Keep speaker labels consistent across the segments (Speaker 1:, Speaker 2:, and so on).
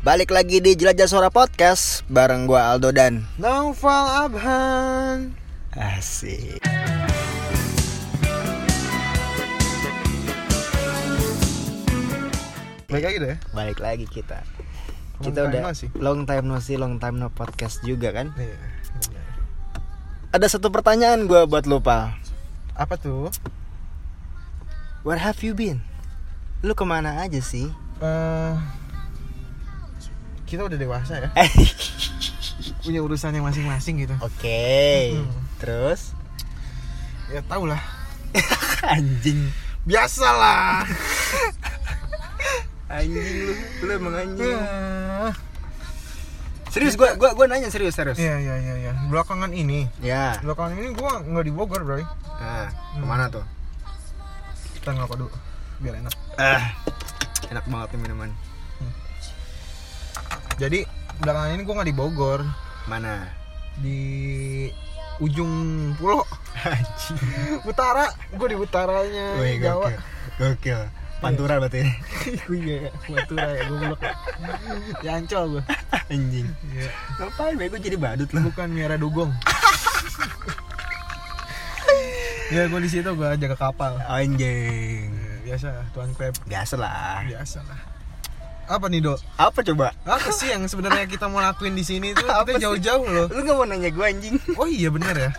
Speaker 1: Balik lagi di Jelajah Suara Podcast bareng gua Aldo dan
Speaker 2: Naufal Abhan
Speaker 1: Asik.
Speaker 2: Baik lagi deh
Speaker 1: Balik lagi kita.
Speaker 2: Long
Speaker 1: kita
Speaker 2: time
Speaker 1: udah
Speaker 2: no see.
Speaker 1: long time no see, long time no podcast juga kan.
Speaker 2: Iya bener.
Speaker 1: Ada satu pertanyaan gua buat lu, Pal.
Speaker 2: Apa tuh?
Speaker 1: Where have you been? Lu kemana aja sih?
Speaker 2: Eh, kita udah dewasa ya
Speaker 1: Eh,
Speaker 2: Punya urusannya masing-masing gitu
Speaker 1: Oke. Terus?
Speaker 2: Ya tau lah
Speaker 1: anjing.
Speaker 2: Biasalah
Speaker 1: Anjing lu, lu emang anjing.
Speaker 2: Eh,
Speaker 1: Serius gua gua gua nanya serius serius.
Speaker 2: Iya Hmm. iya iya iya Belakangan ini
Speaker 1: Ya.
Speaker 2: Belakangan ini gua nggak di Bogor bro
Speaker 1: Nah, kemana tuh?
Speaker 2: Kita nggak dulu Biar enak
Speaker 1: Ah, enak banget nih minuman.
Speaker 2: Jadi belakangan ini gua nggak di Bogor
Speaker 1: Mana?
Speaker 2: Di ujung pulau
Speaker 1: Anjing.
Speaker 2: utara gua di utaranya
Speaker 1: Wih,
Speaker 2: Jawa
Speaker 1: gokil. Gokil. Pantura berarti.
Speaker 2: gue ya Madura ya goblok ya. ya ancol gue
Speaker 1: Anjing.
Speaker 2: Iya.
Speaker 1: Ngapain bego jadi badut lu?
Speaker 2: bukan miara dugong ya gue di situ gue jaga kapal
Speaker 1: Anjing.
Speaker 2: Ya, biasa lah, tuan crab
Speaker 1: Biasa lah.
Speaker 2: biasa lah apa nih dok
Speaker 1: Apa coba?
Speaker 2: apa sih yang sebenarnya kita mau lakuin di sini tuh
Speaker 1: Apa sih?
Speaker 2: kita jauh-jauh loh
Speaker 1: Lu gak mau nanya gue anjing?
Speaker 2: oh iya bener ya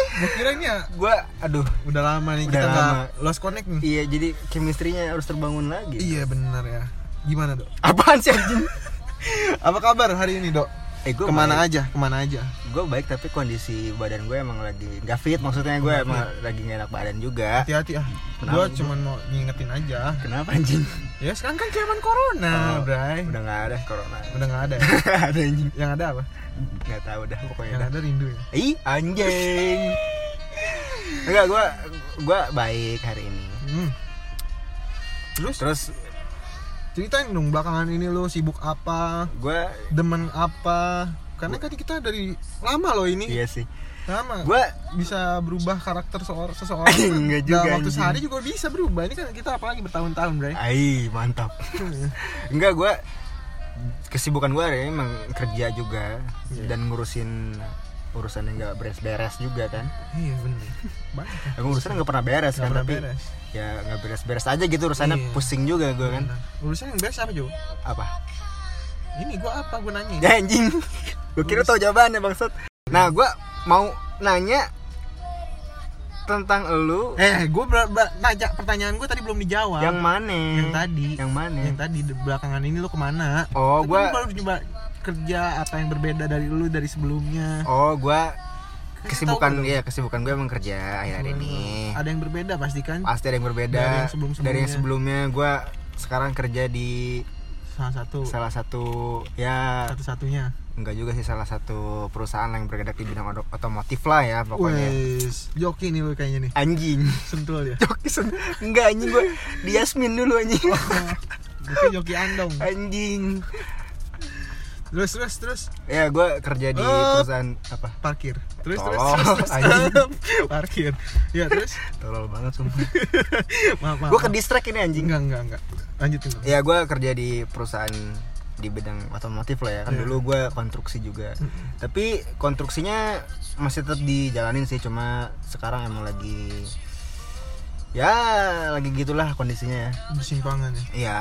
Speaker 2: gue kiranya
Speaker 1: Gue, aduh.
Speaker 2: udah lama nih
Speaker 1: Udah
Speaker 2: kita nggak
Speaker 1: lama.
Speaker 2: lost connect nih
Speaker 1: Iya, jadi chemistry-nya harus terbangun lagi.
Speaker 2: iya bener ya gimana dok
Speaker 1: Apaan sih anjing?
Speaker 2: apa kabar hari ini dok
Speaker 1: Eh, gue
Speaker 2: kemana aja kemana aja
Speaker 1: Gue baik tapi kondisi badan gue emang lagi gak fit. Maksudnya gue emang lagi gak enak badan juga.
Speaker 2: hati-hati ah gue
Speaker 1: Kenapa?
Speaker 2: cuman mau ngingetin aja
Speaker 1: Kenapa anjing?
Speaker 2: Ya sekarang kan zaman
Speaker 1: Oh,
Speaker 2: corona, Bray.
Speaker 1: Udah gak ada corona.
Speaker 2: Udah nggak ada. Ya?
Speaker 1: ada anjing.
Speaker 2: Yang ada apa?
Speaker 1: Gak tau dah pokoknya
Speaker 2: Yang
Speaker 1: dah.
Speaker 2: ada rindu ya.
Speaker 1: Ih, anjing. Enggak, gua gua baik hari ini.
Speaker 2: Hmm. Terus
Speaker 1: Terus
Speaker 2: ceritain dong belakangan ini lo sibuk apa,
Speaker 1: gua
Speaker 2: demen apa? Karena kan kita dari lama loh ini.
Speaker 1: iya sih.
Speaker 2: Lama.
Speaker 1: Gua
Speaker 2: bisa berubah karakter seor- seseorang.
Speaker 1: Nggak juga,
Speaker 2: Dalam waktu
Speaker 1: anjing.
Speaker 2: sehari juga bisa berubah. Ini kan kita apalagi bertahun-tahun, Bray.
Speaker 1: ai mantap. Enggak, gua kesibukan gua hari ini emang kerja juga
Speaker 2: Iya.
Speaker 1: dan ngurusin urusan yang gak beres-beres juga kan.
Speaker 2: iya benar. Banyak. ya.
Speaker 1: Aku urusan gak pernah beres
Speaker 2: Nggak
Speaker 1: kan,
Speaker 2: pernah
Speaker 1: tapi
Speaker 2: beres.
Speaker 1: ya gak beres-beres aja gitu urusannya
Speaker 2: Iya.
Speaker 1: pusing juga gua kan.
Speaker 2: Nah, urusan yang beres apa, Jo?
Speaker 1: Apa?
Speaker 2: Ini gua apa gua nanya?
Speaker 1: Ya anjing. Gue kira tau jawabannya bangsat. Nah, gua mau nanya tentang elu
Speaker 2: Eh, gua ber- ber- nanya pertanyaan gua tadi belum dijawab.
Speaker 1: yang mana?
Speaker 2: yang tadi
Speaker 1: Yang mana?
Speaker 2: yang tadi di belakangan ini lo kemana
Speaker 1: Oh,
Speaker 2: Kan
Speaker 1: gua
Speaker 2: lu baru nyoba kerja apa yang berbeda dari lu dari sebelumnya
Speaker 1: Oh, gua
Speaker 2: Tahu
Speaker 1: kesibukan
Speaker 2: belum?
Speaker 1: ya, kesibukan gue emang kerja akhir hari ini. Ah.
Speaker 2: ada yang berbeda pasti kan
Speaker 1: Pasti ada yang berbeda
Speaker 2: Hmm. Dari yang sebelum-sebelumnya.
Speaker 1: dari yang sebelumnya. Gua sekarang kerja di
Speaker 2: salah satu
Speaker 1: salah satu ya
Speaker 2: satu satunya
Speaker 1: enggak juga sih salah satu perusahaan yang bergerak di bidang ot- otomotif lah ya pokoknya.
Speaker 2: wes joki nih lu kayaknya nih
Speaker 1: Anjing.
Speaker 2: sentul ya
Speaker 1: Joki sen- gitu. enggak anjing gua di Yasmin dulu anjing.
Speaker 2: joki joki andong
Speaker 1: Anjing.
Speaker 2: terus terus terus
Speaker 1: Ya gue kerja di
Speaker 2: Eh.
Speaker 1: perusahaan apa?
Speaker 2: parkir terus terus
Speaker 1: Tolol,
Speaker 2: terus, terus,
Speaker 1: Oh, anjing.
Speaker 2: parkir ya terus
Speaker 1: Tolol banget sumpah.
Speaker 2: maaf maaf
Speaker 1: gue ke distract ini anjing.
Speaker 2: enggak enggak enggak lanjutin dong
Speaker 1: Ya gue kerja di perusahaan di bidang otomotif lah ya kan
Speaker 2: Iya.
Speaker 1: dulu gue konstruksi juga. Tapi konstruksinya masih tetap dijalanin sih cuma sekarang emang lagi ya lagi gitulah kondisinya ya.
Speaker 2: bersimpangan ya
Speaker 1: Iya.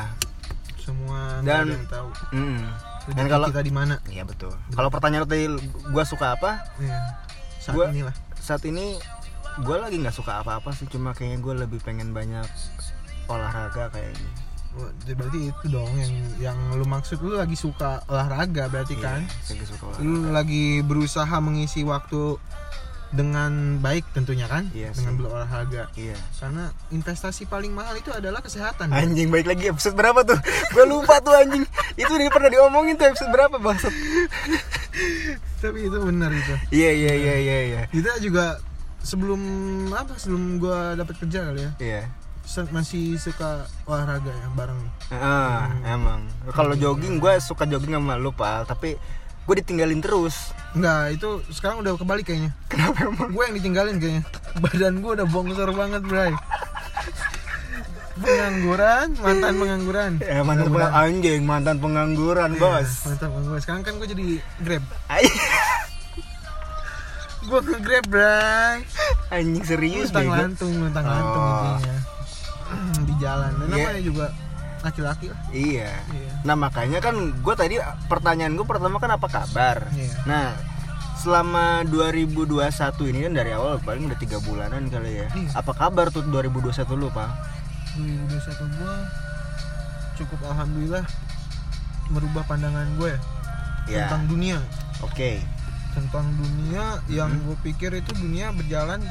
Speaker 2: semua nggak
Speaker 1: Dan-
Speaker 2: ada yang tahu
Speaker 1: Mm. Dan
Speaker 2: Rezeki
Speaker 1: kalau
Speaker 2: kita di mana
Speaker 1: Iya betul. Kalau pertanyaan lu tadi gue suka apa?
Speaker 2: Iya. saat
Speaker 1: Gua-
Speaker 2: inilah
Speaker 1: Saat ini gue lagi nggak suka apa-apa sih cuma kayaknya gue lebih pengen banyak olahraga kayaknya.
Speaker 2: Wah, berarti itu dong yang yang lu maksud lu lagi suka olahraga berarti
Speaker 1: Iya,
Speaker 2: kan
Speaker 1: lagi suka olahraga.
Speaker 2: lu lagi berusaha mengisi waktu dengan baik tentunya kan
Speaker 1: Iya sih.
Speaker 2: dengan berolahraga
Speaker 1: Iya.
Speaker 2: karena investasi paling mahal itu adalah kesehatan
Speaker 1: Anjing baik lagi episode berapa tuh? Gue lupa tuh anjing. Itu udah pernah diomongin tuh episode berapa bangsat.
Speaker 2: tapi itu benar itu
Speaker 1: Iya iya iya iya iya.
Speaker 2: kita juga sebelum apa sebelum gua dapat kerja kali ya
Speaker 1: Iya.
Speaker 2: se- masih suka olahraga ya bareng
Speaker 1: Heeh, emang. Kalau jogging gue suka jogging sama lu, Pal, tapi gue ditinggalin terus.
Speaker 2: Enggak, itu sekarang udah kebalik kayaknya
Speaker 1: Kenapa emang?
Speaker 2: gue yang ditinggalin kayaknya badan gue udah bongsor banget bray pengangguran mantan pengangguran
Speaker 1: Ya, mantan pengangguran anjing, mantan pengangguran, Bos.
Speaker 2: Ya, mantan pengangguran sekarang kan gue jadi grab gue ke grab bray
Speaker 1: anjing serius
Speaker 2: Luntang
Speaker 1: bego.
Speaker 2: lantung, luntang lantung
Speaker 1: Oh.
Speaker 2: intinya di jalan. Dan
Speaker 1: Iya.
Speaker 2: namanya juga laki-laki lah.
Speaker 1: Iya.
Speaker 2: Iya.
Speaker 1: Nah makanya kan gue tadi pertanyaan gue pertama kan apa kabar.
Speaker 2: Iya.
Speaker 1: Nah selama 2021 ini kan dari awal paling udah tiga bulanan kali ya.
Speaker 2: Iya.
Speaker 1: Apa kabar tuh 2021 lu pak?
Speaker 2: Udah satu gua cukup alhamdulillah merubah pandangan gue
Speaker 1: Ya.
Speaker 2: tentang dunia,
Speaker 1: Oke.
Speaker 2: tentang dunia yang
Speaker 1: Hmm.
Speaker 2: gue pikir itu dunia berjalan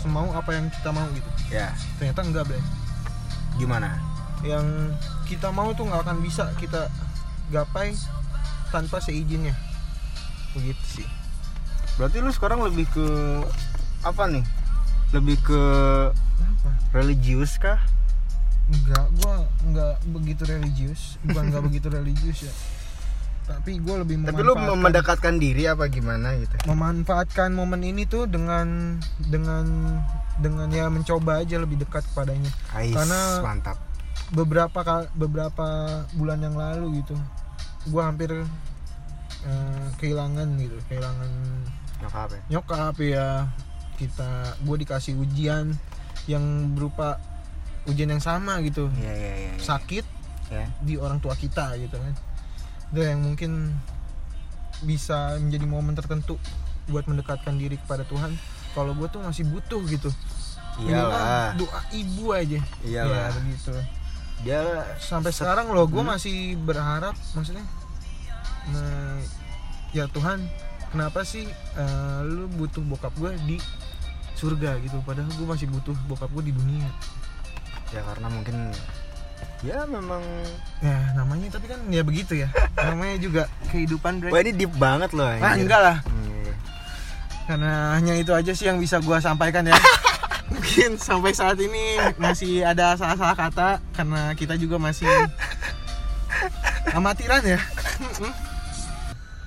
Speaker 2: semau apa yang kita mau gitu.
Speaker 1: Ya.
Speaker 2: Ternyata enggak, Bray.
Speaker 1: Gimana?
Speaker 2: Yang kita mau tuh nggak akan bisa kita gapai tanpa seizinnya. Begitu sih.
Speaker 1: Berarti lu sekarang lebih ke apa nih? Lebih ke
Speaker 2: Kenapa?
Speaker 1: religius kah?
Speaker 2: Enggak, gua enggak begitu religius, bukan enggak begitu religius ya. Tapi gua lebih
Speaker 1: Tapi lu mem-
Speaker 2: memanfaatkan,
Speaker 1: mendekatkan diri apa gimana gitu?
Speaker 2: memanfaatkan momen ini tuh dengan dengan dengan ya mencoba aja lebih dekat kepadanya.
Speaker 1: Ais,
Speaker 2: Karena-
Speaker 1: mantap.
Speaker 2: Beberapa kal- beberapa bulan yang lalu gitu, gua hampir eh, kehilangan gitu, kehilangan
Speaker 1: Nyokap ya.
Speaker 2: nyokap ya. Kita gua dikasih ujian yang berupa ujian yang sama gitu.
Speaker 1: Iya iya iya. iya.
Speaker 2: Sakit
Speaker 1: Ya.
Speaker 2: di orang tua kita gitu kan itu yang mungkin bisa menjadi momen tertentu buat mendekatkan diri kepada Tuhan kalau gue tuh masih butuh gitu Minimal
Speaker 1: Iyalah.
Speaker 2: doa ibu aja
Speaker 1: Iyalah.
Speaker 2: ya, begitu
Speaker 1: Dia
Speaker 2: sampai
Speaker 1: se-
Speaker 2: sekarang loh gue
Speaker 1: Hmm.
Speaker 2: masih berharap maksudnya me- ya Tuhan kenapa sih eh, lu butuh bokap gue di surga gitu padahal gue masih butuh bokap gue di dunia
Speaker 1: ya karena mungkin ya memang
Speaker 2: ya namanya tapi kan ya begitu ya namanya juga kehidupan Bre.
Speaker 1: wah ini deep banget loh
Speaker 2: ah
Speaker 1: anjir.
Speaker 2: enggak lah
Speaker 1: Hmm.
Speaker 2: karena hanya itu aja sih yang bisa gua sampaikan ya mungkin sampai saat ini masih ada salah-salah kata karena kita juga masih amatiran ya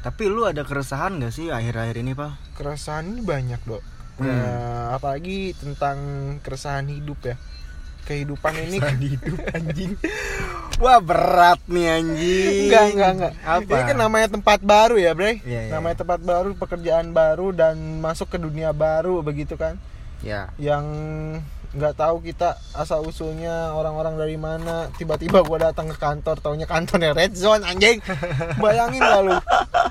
Speaker 1: tapi lu ada keresahan gak sih akhir-akhir ini pak
Speaker 2: keresahan ini banyak dok
Speaker 1: Hmm.
Speaker 2: Eh, apalagi tentang keresahan hidup ya kehidupan ini hidup anjing
Speaker 1: wah berat nih anjing
Speaker 2: enggak enggak enggak
Speaker 1: apa
Speaker 2: ini kan namanya tempat baru ya bre
Speaker 1: Iya, iya.
Speaker 2: namanya tempat baru pekerjaan baru dan masuk ke dunia baru begitu kan
Speaker 1: ya
Speaker 2: yang nggak tahu kita asal usulnya orang-orang dari mana tiba-tiba gua datang ke kantor taunya kantornya red zone anjing bayangin gak lu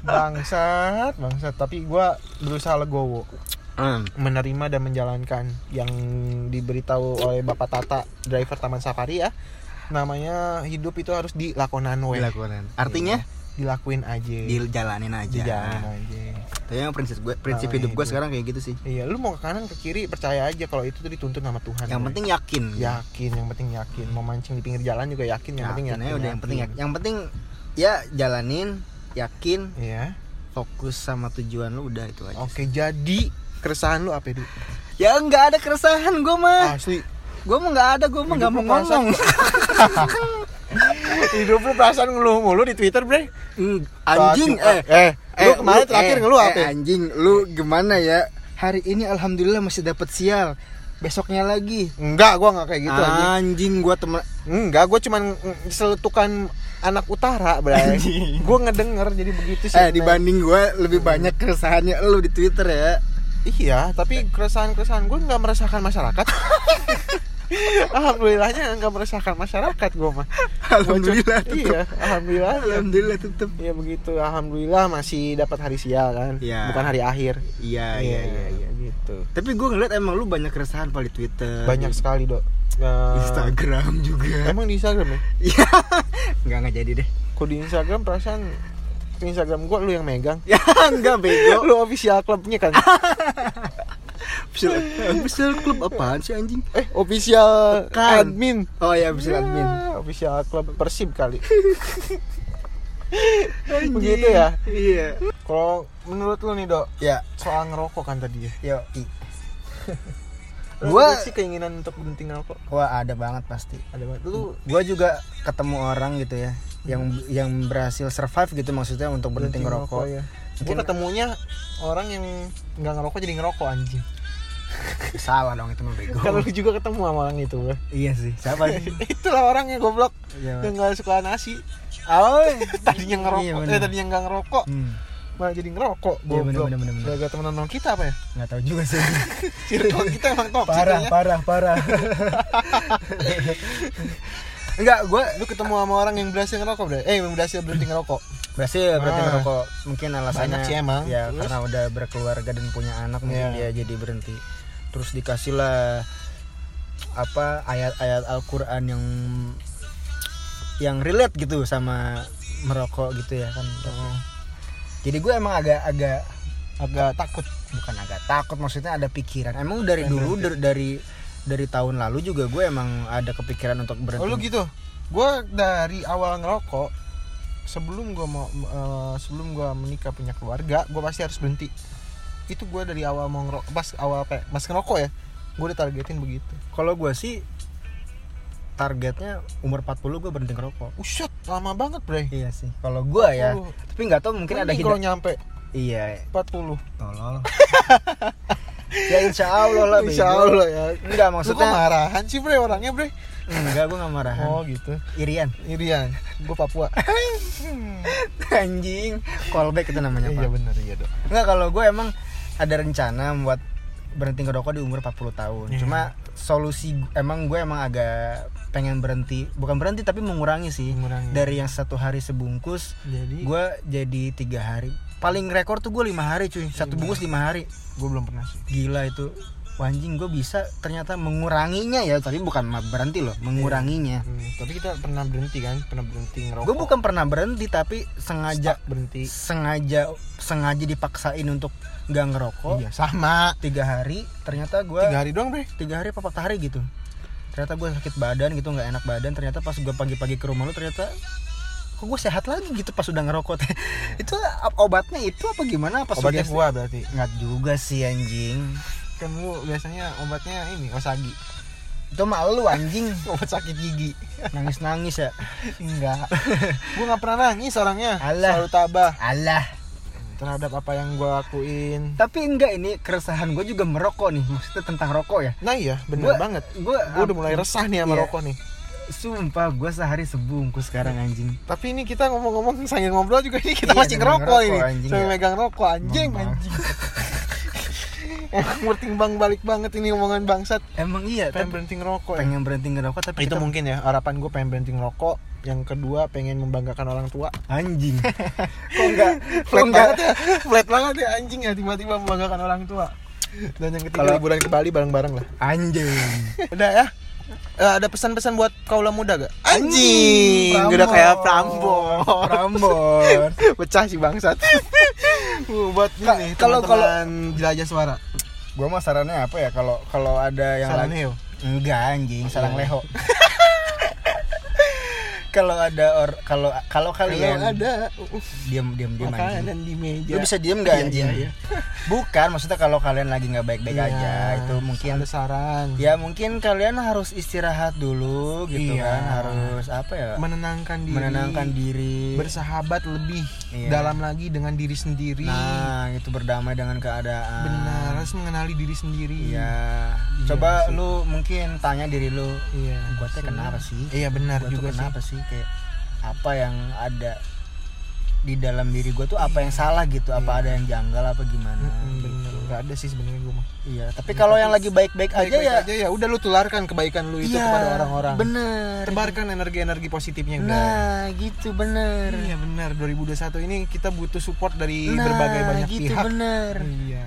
Speaker 2: bangsat bangsat tapi gua berusaha legowo
Speaker 1: Hmm.
Speaker 2: menerima dan menjalankan yang diberitahu oleh bapak Tata driver Taman Safari ya namanya hidup itu harus dilakonan we
Speaker 1: dilakukan artinya
Speaker 2: dilakuin aja
Speaker 1: dijalanin aja
Speaker 2: dijalanin aja
Speaker 1: tapi yang prinsip gue prinsip
Speaker 2: Jalanin
Speaker 1: hidup gue
Speaker 2: hidup.
Speaker 1: sekarang kayak gitu sih
Speaker 2: iya lu mau ke kanan ke kiri percaya aja kalau itu tuh dituntun sama Tuhan
Speaker 1: yang
Speaker 2: we.
Speaker 1: penting yakin
Speaker 2: yakin yang penting yakin mau mancing di pinggir jalan juga yakin Ya, yang penting
Speaker 1: yakin
Speaker 2: yakin
Speaker 1: aja udah yang penting yakin. yang penting ya jalanin yakin
Speaker 2: Iya.
Speaker 1: fokus sama tujuan lu udah itu aja
Speaker 2: oke jadi keresahan lu apa itu
Speaker 1: ya nggak ada keresahan gue mah
Speaker 2: asli
Speaker 1: Gue mah nggak ada, gue mah nggak mau
Speaker 2: Ah. Hidup lu kerasa.
Speaker 1: ngomong.
Speaker 2: hidup lu perasaan ngeluh mulu di twitter bre
Speaker 1: Hmm, anjing, eh,
Speaker 2: eh, eh, lu kemarin
Speaker 1: lu-
Speaker 2: terakhir
Speaker 1: eh,
Speaker 2: ngeluh
Speaker 1: eh,
Speaker 2: apa
Speaker 1: Anjing, lu gimana ya? Hari ini alhamdulillah masih dapat sial. Besoknya lagi.
Speaker 2: enggak gua nggak kayak gitu anjing
Speaker 1: anjing, gua temen
Speaker 2: enggak gua cuman mm, seletukan anak utara bre gua ngedenger jadi begitu sih
Speaker 1: Eh, dibanding gua lebih banyak keresahannya lu di Twitter ya.
Speaker 2: iya tapi keresahan keresahan gua nggak meresahkan masyarakat Alhamdulillahnya nggak meresahkan masyarakat gua mah.
Speaker 1: Alhamdulillah tetep.
Speaker 2: Iya, alhamdulillah. ya.
Speaker 1: Alhamdulillah tetep.
Speaker 2: Ya begitu, alhamdulillah masih dapat hari sial kan,
Speaker 1: Iya.
Speaker 2: bukan hari akhir.
Speaker 1: Iya, iya, iya, iya.
Speaker 2: gitu.
Speaker 1: Tapi gua ngeliat emang lu banyak keresahan pal di Twitter.
Speaker 2: Banyak sekali dok. Eh,
Speaker 1: Instagram juga.
Speaker 2: Emang di Instagram ya?
Speaker 1: Iya. Enggak enggak jadi deh.
Speaker 2: Kok di Instagram perasaan di Instagram gua lu yang megang.
Speaker 1: Ya, enggak bego. Ah.
Speaker 2: Lu official clubnya kan?
Speaker 1: Pixel, Pixel eh, Club apaan sih anjing?
Speaker 2: eh, official
Speaker 1: Kan.
Speaker 2: admin.
Speaker 1: Oh ya Pixel
Speaker 2: Ya,
Speaker 1: Admin.
Speaker 2: official club Persib kali.
Speaker 1: Anjing.
Speaker 2: Begitu ya.
Speaker 1: Iya.
Speaker 2: Kalau menurut lu nih dok,
Speaker 1: Ya,
Speaker 2: soal ngerokok kan tadi ya?
Speaker 1: yo.
Speaker 2: Lu
Speaker 1: Gua-
Speaker 2: ada sih keinginan untuk berhenti ngerokok.
Speaker 1: Wah, ada banget pasti.
Speaker 2: Ada banget. Lu
Speaker 1: Gua juga ketemu orang gitu ya yang yang berhasil survive gitu maksudnya untuk berhenti ngerokok. iya.
Speaker 2: ya.
Speaker 1: Mungkin-
Speaker 2: Gue ketemunya orang yang nggak ngerokok jadi ngerokok anjing.
Speaker 1: salah dong itu mah bego
Speaker 2: Kalau lu juga ketemu sama orang itu, bro.
Speaker 1: iya sih siapa sih
Speaker 2: Itulah orang yang goblok
Speaker 1: Iya,
Speaker 2: yang nggak suka nasi.
Speaker 1: oh
Speaker 2: Ah, Tadinya
Speaker 1: Iya,
Speaker 2: ngerokok,
Speaker 1: bener.
Speaker 2: eh, tadinya nggak ngerokok,
Speaker 1: hmm,
Speaker 2: malah jadi ngerokok.
Speaker 1: Iya, bener,
Speaker 2: Goblok.
Speaker 1: bener, bener, bener.
Speaker 2: Gara-gara temenan sama kita apa ya?
Speaker 1: nggak tahu juga sih
Speaker 2: Circle kita emang toksik
Speaker 1: parah
Speaker 2: kayaknya.
Speaker 1: parah parah enggak gue
Speaker 2: Lu ketemu sama orang yang berhasil ngerokok, bro. Eh, yang berhasil berhenti ngerokok.
Speaker 1: berhasil berarti
Speaker 2: Ah.
Speaker 1: ngerokok mungkin alasannya
Speaker 2: Banyak sih emang.
Speaker 1: ya
Speaker 2: Terus?
Speaker 1: karena udah berkeluarga dan punya anak mungkin
Speaker 2: Iya.
Speaker 1: dia jadi berhenti terus dikasihlah apa ayat-ayat Al-Qur'an yang yang relate gitu sama merokok gitu ya kan jadi gue emang agak-agak
Speaker 2: Agak takut.
Speaker 1: bukan agak takut maksudnya ada pikiran emang dari dulu dari dari, dari tahun lalu juga gue emang ada kepikiran untuk berhenti
Speaker 2: Oh, lu gitu. Gua dari awal ngerokok sebelum gua mau eh, sebelum gua menikah punya keluarga, gua pasti harus berhenti. Itu gua dari awal mau ngerokok, pas awal apa? ya? Mas ngerokok ya. Gua ditargetin begitu.
Speaker 1: kalau gue sih targetnya umur 40 gue berhenti ngerokok
Speaker 2: Uset, lama banget, Bre.
Speaker 1: Iya sih, kalau gua ya.
Speaker 2: Oh.
Speaker 1: Tapi nggak tahu mungkin ada
Speaker 2: Mending kalau
Speaker 1: hidayah.
Speaker 2: nyampe
Speaker 1: Iya,
Speaker 2: 40.
Speaker 1: tolol. ya insya Allah lah. bego.
Speaker 2: Insya Allah ya.
Speaker 1: Enggak
Speaker 2: Lu kok
Speaker 1: maksudnya.
Speaker 2: marahan sih, Bre, orangnya, Bre?
Speaker 1: Enggak, gua nggak marahan.
Speaker 2: Oh, gitu.
Speaker 1: Irian,
Speaker 2: Irian, gua Papua.
Speaker 1: anjing. Callback itu namanya
Speaker 2: Iya
Speaker 1: pak.
Speaker 2: benar iya, Dok.
Speaker 1: Enggak kalau gua emang ada rencana buat berhenti ngerokok di umur 40 tahun.
Speaker 2: Iya.
Speaker 1: Cuma solusi emang gue emang agak pengen berhenti, bukan berhenti tapi mengurangi sih.
Speaker 2: Mengurangi.
Speaker 1: Dari yang satu hari sebungkus,
Speaker 2: Jadi gua,
Speaker 1: gua jadi tiga hari. Paling rekor tuh gue lima hari cuy,
Speaker 2: Iya.
Speaker 1: satu bungkus lima hari.
Speaker 2: gua belum pernah sih.
Speaker 1: gila itu Wah, anjing gue bisa ternyata menguranginya ya tapi bukan ma- berhenti loh menguranginya
Speaker 2: Hmm, tapi kita pernah berhenti kan? Pernah berhenti ngerokok.
Speaker 1: gue bukan pernah berhenti tapi sengaja
Speaker 2: Stuck, berhenti.
Speaker 1: sengaja sengaja dipaksain untuk nggak ngerokok
Speaker 2: Iya, sama.
Speaker 1: tiga hari ternyata gue
Speaker 2: Tiga
Speaker 1: tiga.
Speaker 2: hari doang, Bre.
Speaker 1: hari apa empat hari gitu ternyata gue sakit badan gitu nggak enak badan ternyata pas gue pagi-pagi ke rumah lu ternyata kok gue sehat lagi gitu pas udah ngerokok teh itu a- obatnya itu apa gimana apa
Speaker 2: Obatnya
Speaker 1: sugesti?
Speaker 2: gua berarti.
Speaker 1: nggak juga sih anjing
Speaker 2: Kan lu biasanya obatnya ini, Osagi.
Speaker 1: itu mah lu anjing
Speaker 2: Obat sakit gigi.
Speaker 1: nangis nangis ya
Speaker 2: Enggak. gua nggak pernah nangis orangnya.
Speaker 1: Alah.
Speaker 2: Selalu tabah
Speaker 1: alah
Speaker 2: terhadap apa yang gua lakuin.
Speaker 1: tapi enggak ini keresahan gue juga merokok nih maksudnya tentang rokok ya
Speaker 2: Nah, iya, bener
Speaker 1: Gua-
Speaker 2: banget.
Speaker 1: gue
Speaker 2: Gua udah mulai resah nih sama
Speaker 1: Iya.
Speaker 2: rokok nih.
Speaker 1: sumpah gue sehari sebungkus sekarang anjing
Speaker 2: Tapi ini kita ngomong-ngomong sambil ngobrol juga ini kita
Speaker 1: Iya, sambil
Speaker 2: masih ngerokok ini.
Speaker 1: ngerokok, anjing,
Speaker 2: Sambil
Speaker 1: ya.
Speaker 2: megang rokok anjing
Speaker 1: Emang
Speaker 2: anjing. Emang bang balik banget ini omongan bangsat.
Speaker 1: emang iya
Speaker 2: Pengen
Speaker 1: tapi
Speaker 2: berhenti ngerokok. ya.
Speaker 1: pengen berhenti ngerokok tapi
Speaker 2: Itu
Speaker 1: kita-
Speaker 2: mungkin ya harapan gue pengen berhenti ngerokok. Yang kedua pengen membanggakan orang tua.
Speaker 1: anjing kok enggak kok
Speaker 2: Flat
Speaker 1: enggak
Speaker 2: banget ya. Flat banget ya anjing ya tiba-tiba membanggakan orang tua. Dan yang ketiga
Speaker 1: Kalau-
Speaker 2: liburan ke Bali bareng-bareng lah.
Speaker 1: anjing
Speaker 2: Udah ya. Eh, ada pesan-pesan buat kaula muda gak?
Speaker 1: Prambors.
Speaker 2: udah kayak Prambors.
Speaker 1: Prambors.
Speaker 2: pecah sih bangsat Uh, buat
Speaker 1: ini, teman-teman
Speaker 2: jelajah suara
Speaker 1: gue mah sarannya apa ya kalau kalau ada yang
Speaker 2: saran
Speaker 1: lagi- enggak anjing sarang leho kalau ada or kalau kalau kalian
Speaker 2: ada uh,
Speaker 1: diam diam diam anjing
Speaker 2: makanan di meja
Speaker 1: Lu bisa diem gak
Speaker 2: Iya,
Speaker 1: anjing?
Speaker 2: iya, iya.
Speaker 1: Bukan, maksudnya kalau kalian lagi nggak baik-baik
Speaker 2: Iya,
Speaker 1: aja itu mungkin
Speaker 2: ada saran
Speaker 1: ya mungkin kalian harus istirahat dulu gitu
Speaker 2: Iya.
Speaker 1: kan, harus apa ya?
Speaker 2: menenangkan diri
Speaker 1: menenangkan diri.
Speaker 2: bersahabat lebih
Speaker 1: Iya.
Speaker 2: dalam lagi dengan diri sendiri
Speaker 1: Nah, itu berdamai dengan keadaan.
Speaker 2: benar harus mengenali diri sendiri
Speaker 1: Iya.
Speaker 2: Iya
Speaker 1: Coba
Speaker 2: sih.
Speaker 1: lu mungkin tanya diri lu,
Speaker 2: iya
Speaker 1: gua teh kenapa sih?
Speaker 2: iya benar
Speaker 1: Gua tuh
Speaker 2: juga sih
Speaker 1: kenapa sih kayak apa yang ada di dalam diri gua tuh apa yang salah gitu,
Speaker 2: Iya.
Speaker 1: apa ada yang janggal apa gimana
Speaker 2: Mm,
Speaker 1: gitu.
Speaker 2: bener nggak ada sih sebenarnya gue mah
Speaker 1: Iya, tapi kalau yang lagi baik-baik aja
Speaker 2: Baik-baik
Speaker 1: ya
Speaker 2: aja ya udah lu tularkan kebaikan lu itu
Speaker 1: Iya,
Speaker 2: kepada orang-orang
Speaker 1: Bener.
Speaker 2: tebarkan energi-energi positifnya udah
Speaker 1: Nah, gitu bener.
Speaker 2: Iya benar 2021 ini kita butuh support dari
Speaker 1: Nah,
Speaker 2: berbagai banyak
Speaker 1: gitu
Speaker 2: pihak.
Speaker 1: bener.
Speaker 2: Iya.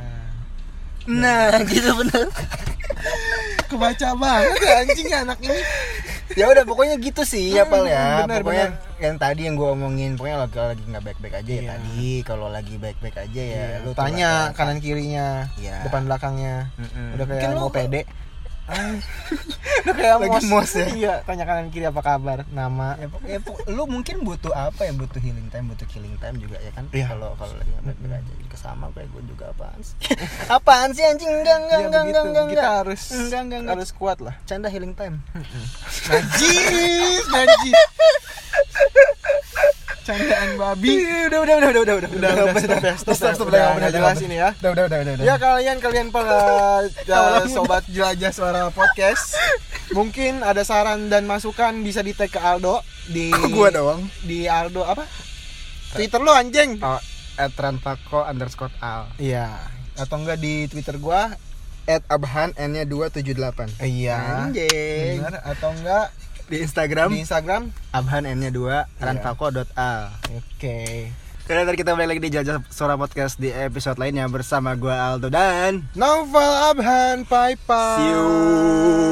Speaker 1: Nah, gitu bener.
Speaker 2: Kebaca banget ya anjing anak ini.
Speaker 1: ya udah pokoknya gitu sih ya pal ya.
Speaker 2: bener,
Speaker 1: pokoknya yang tadi yang gue omongin pokoknya lagi lagi nggak baik-baik aja ya
Speaker 2: Iya.
Speaker 1: tadi. Kalau lagi baik-baik aja ya
Speaker 2: Iya,
Speaker 1: lu
Speaker 2: tanya Kan
Speaker 1: tuh-
Speaker 2: kanan kirinya,
Speaker 1: Iya.
Speaker 2: depan belakangnya.
Speaker 1: Mm-mm.
Speaker 2: Udah kayak
Speaker 1: Mungkin lu-
Speaker 2: mau pede. Udah kayak
Speaker 1: Lagi
Speaker 2: mos.
Speaker 1: mos ya?
Speaker 2: Iya, tanya kanan kiri apa kabar, nama.
Speaker 1: Ya,
Speaker 2: Iya,
Speaker 1: pok- ya, pok- lu mungkin butuh apa ya butuh healing time butuh killing time juga ya kan
Speaker 2: Iya.
Speaker 1: kalau kalau lagi nggak baik-baik aja juga sama kayak gue juga apaan sih apaan sih anjing enggak enggak
Speaker 2: Iya,
Speaker 1: enggak enggak
Speaker 2: begitu.
Speaker 1: enggak
Speaker 2: Kita
Speaker 1: enggak.
Speaker 2: harus
Speaker 1: enggak enggak enggak
Speaker 2: harus kuat lah.
Speaker 1: canda healing time
Speaker 2: Najis, najis. candaan babi
Speaker 1: Ih, udah udah udah udah udah udah
Speaker 2: udah udah stop ya stop stop, stop, udah nggak jelas ini ya
Speaker 1: udah udah udah udah udah
Speaker 2: Ya kalian kalian para ya, sobat jelajah suara podcast, mungkin ada saran dan masukan bisa di tag ke Aldo di
Speaker 1: Kok gua doang
Speaker 2: di Aldo apa? Twitter lo anjing.
Speaker 1: oh at ranpako underscore al
Speaker 2: Iya, atau enggak di Twitter gua?
Speaker 1: at abhan n nya 278
Speaker 2: Iya.
Speaker 1: Anjing.
Speaker 2: Bener. atau enggak
Speaker 1: di Iya. instagram
Speaker 2: di Instagram?
Speaker 1: abhan n nya 2 ranpako dot al
Speaker 2: Oke.
Speaker 1: karena tadi kita balik lagi di jelajah suara podcast di episode lainnya bersama gua Aldo dan
Speaker 2: Novel Abhan, bye bye.
Speaker 1: see you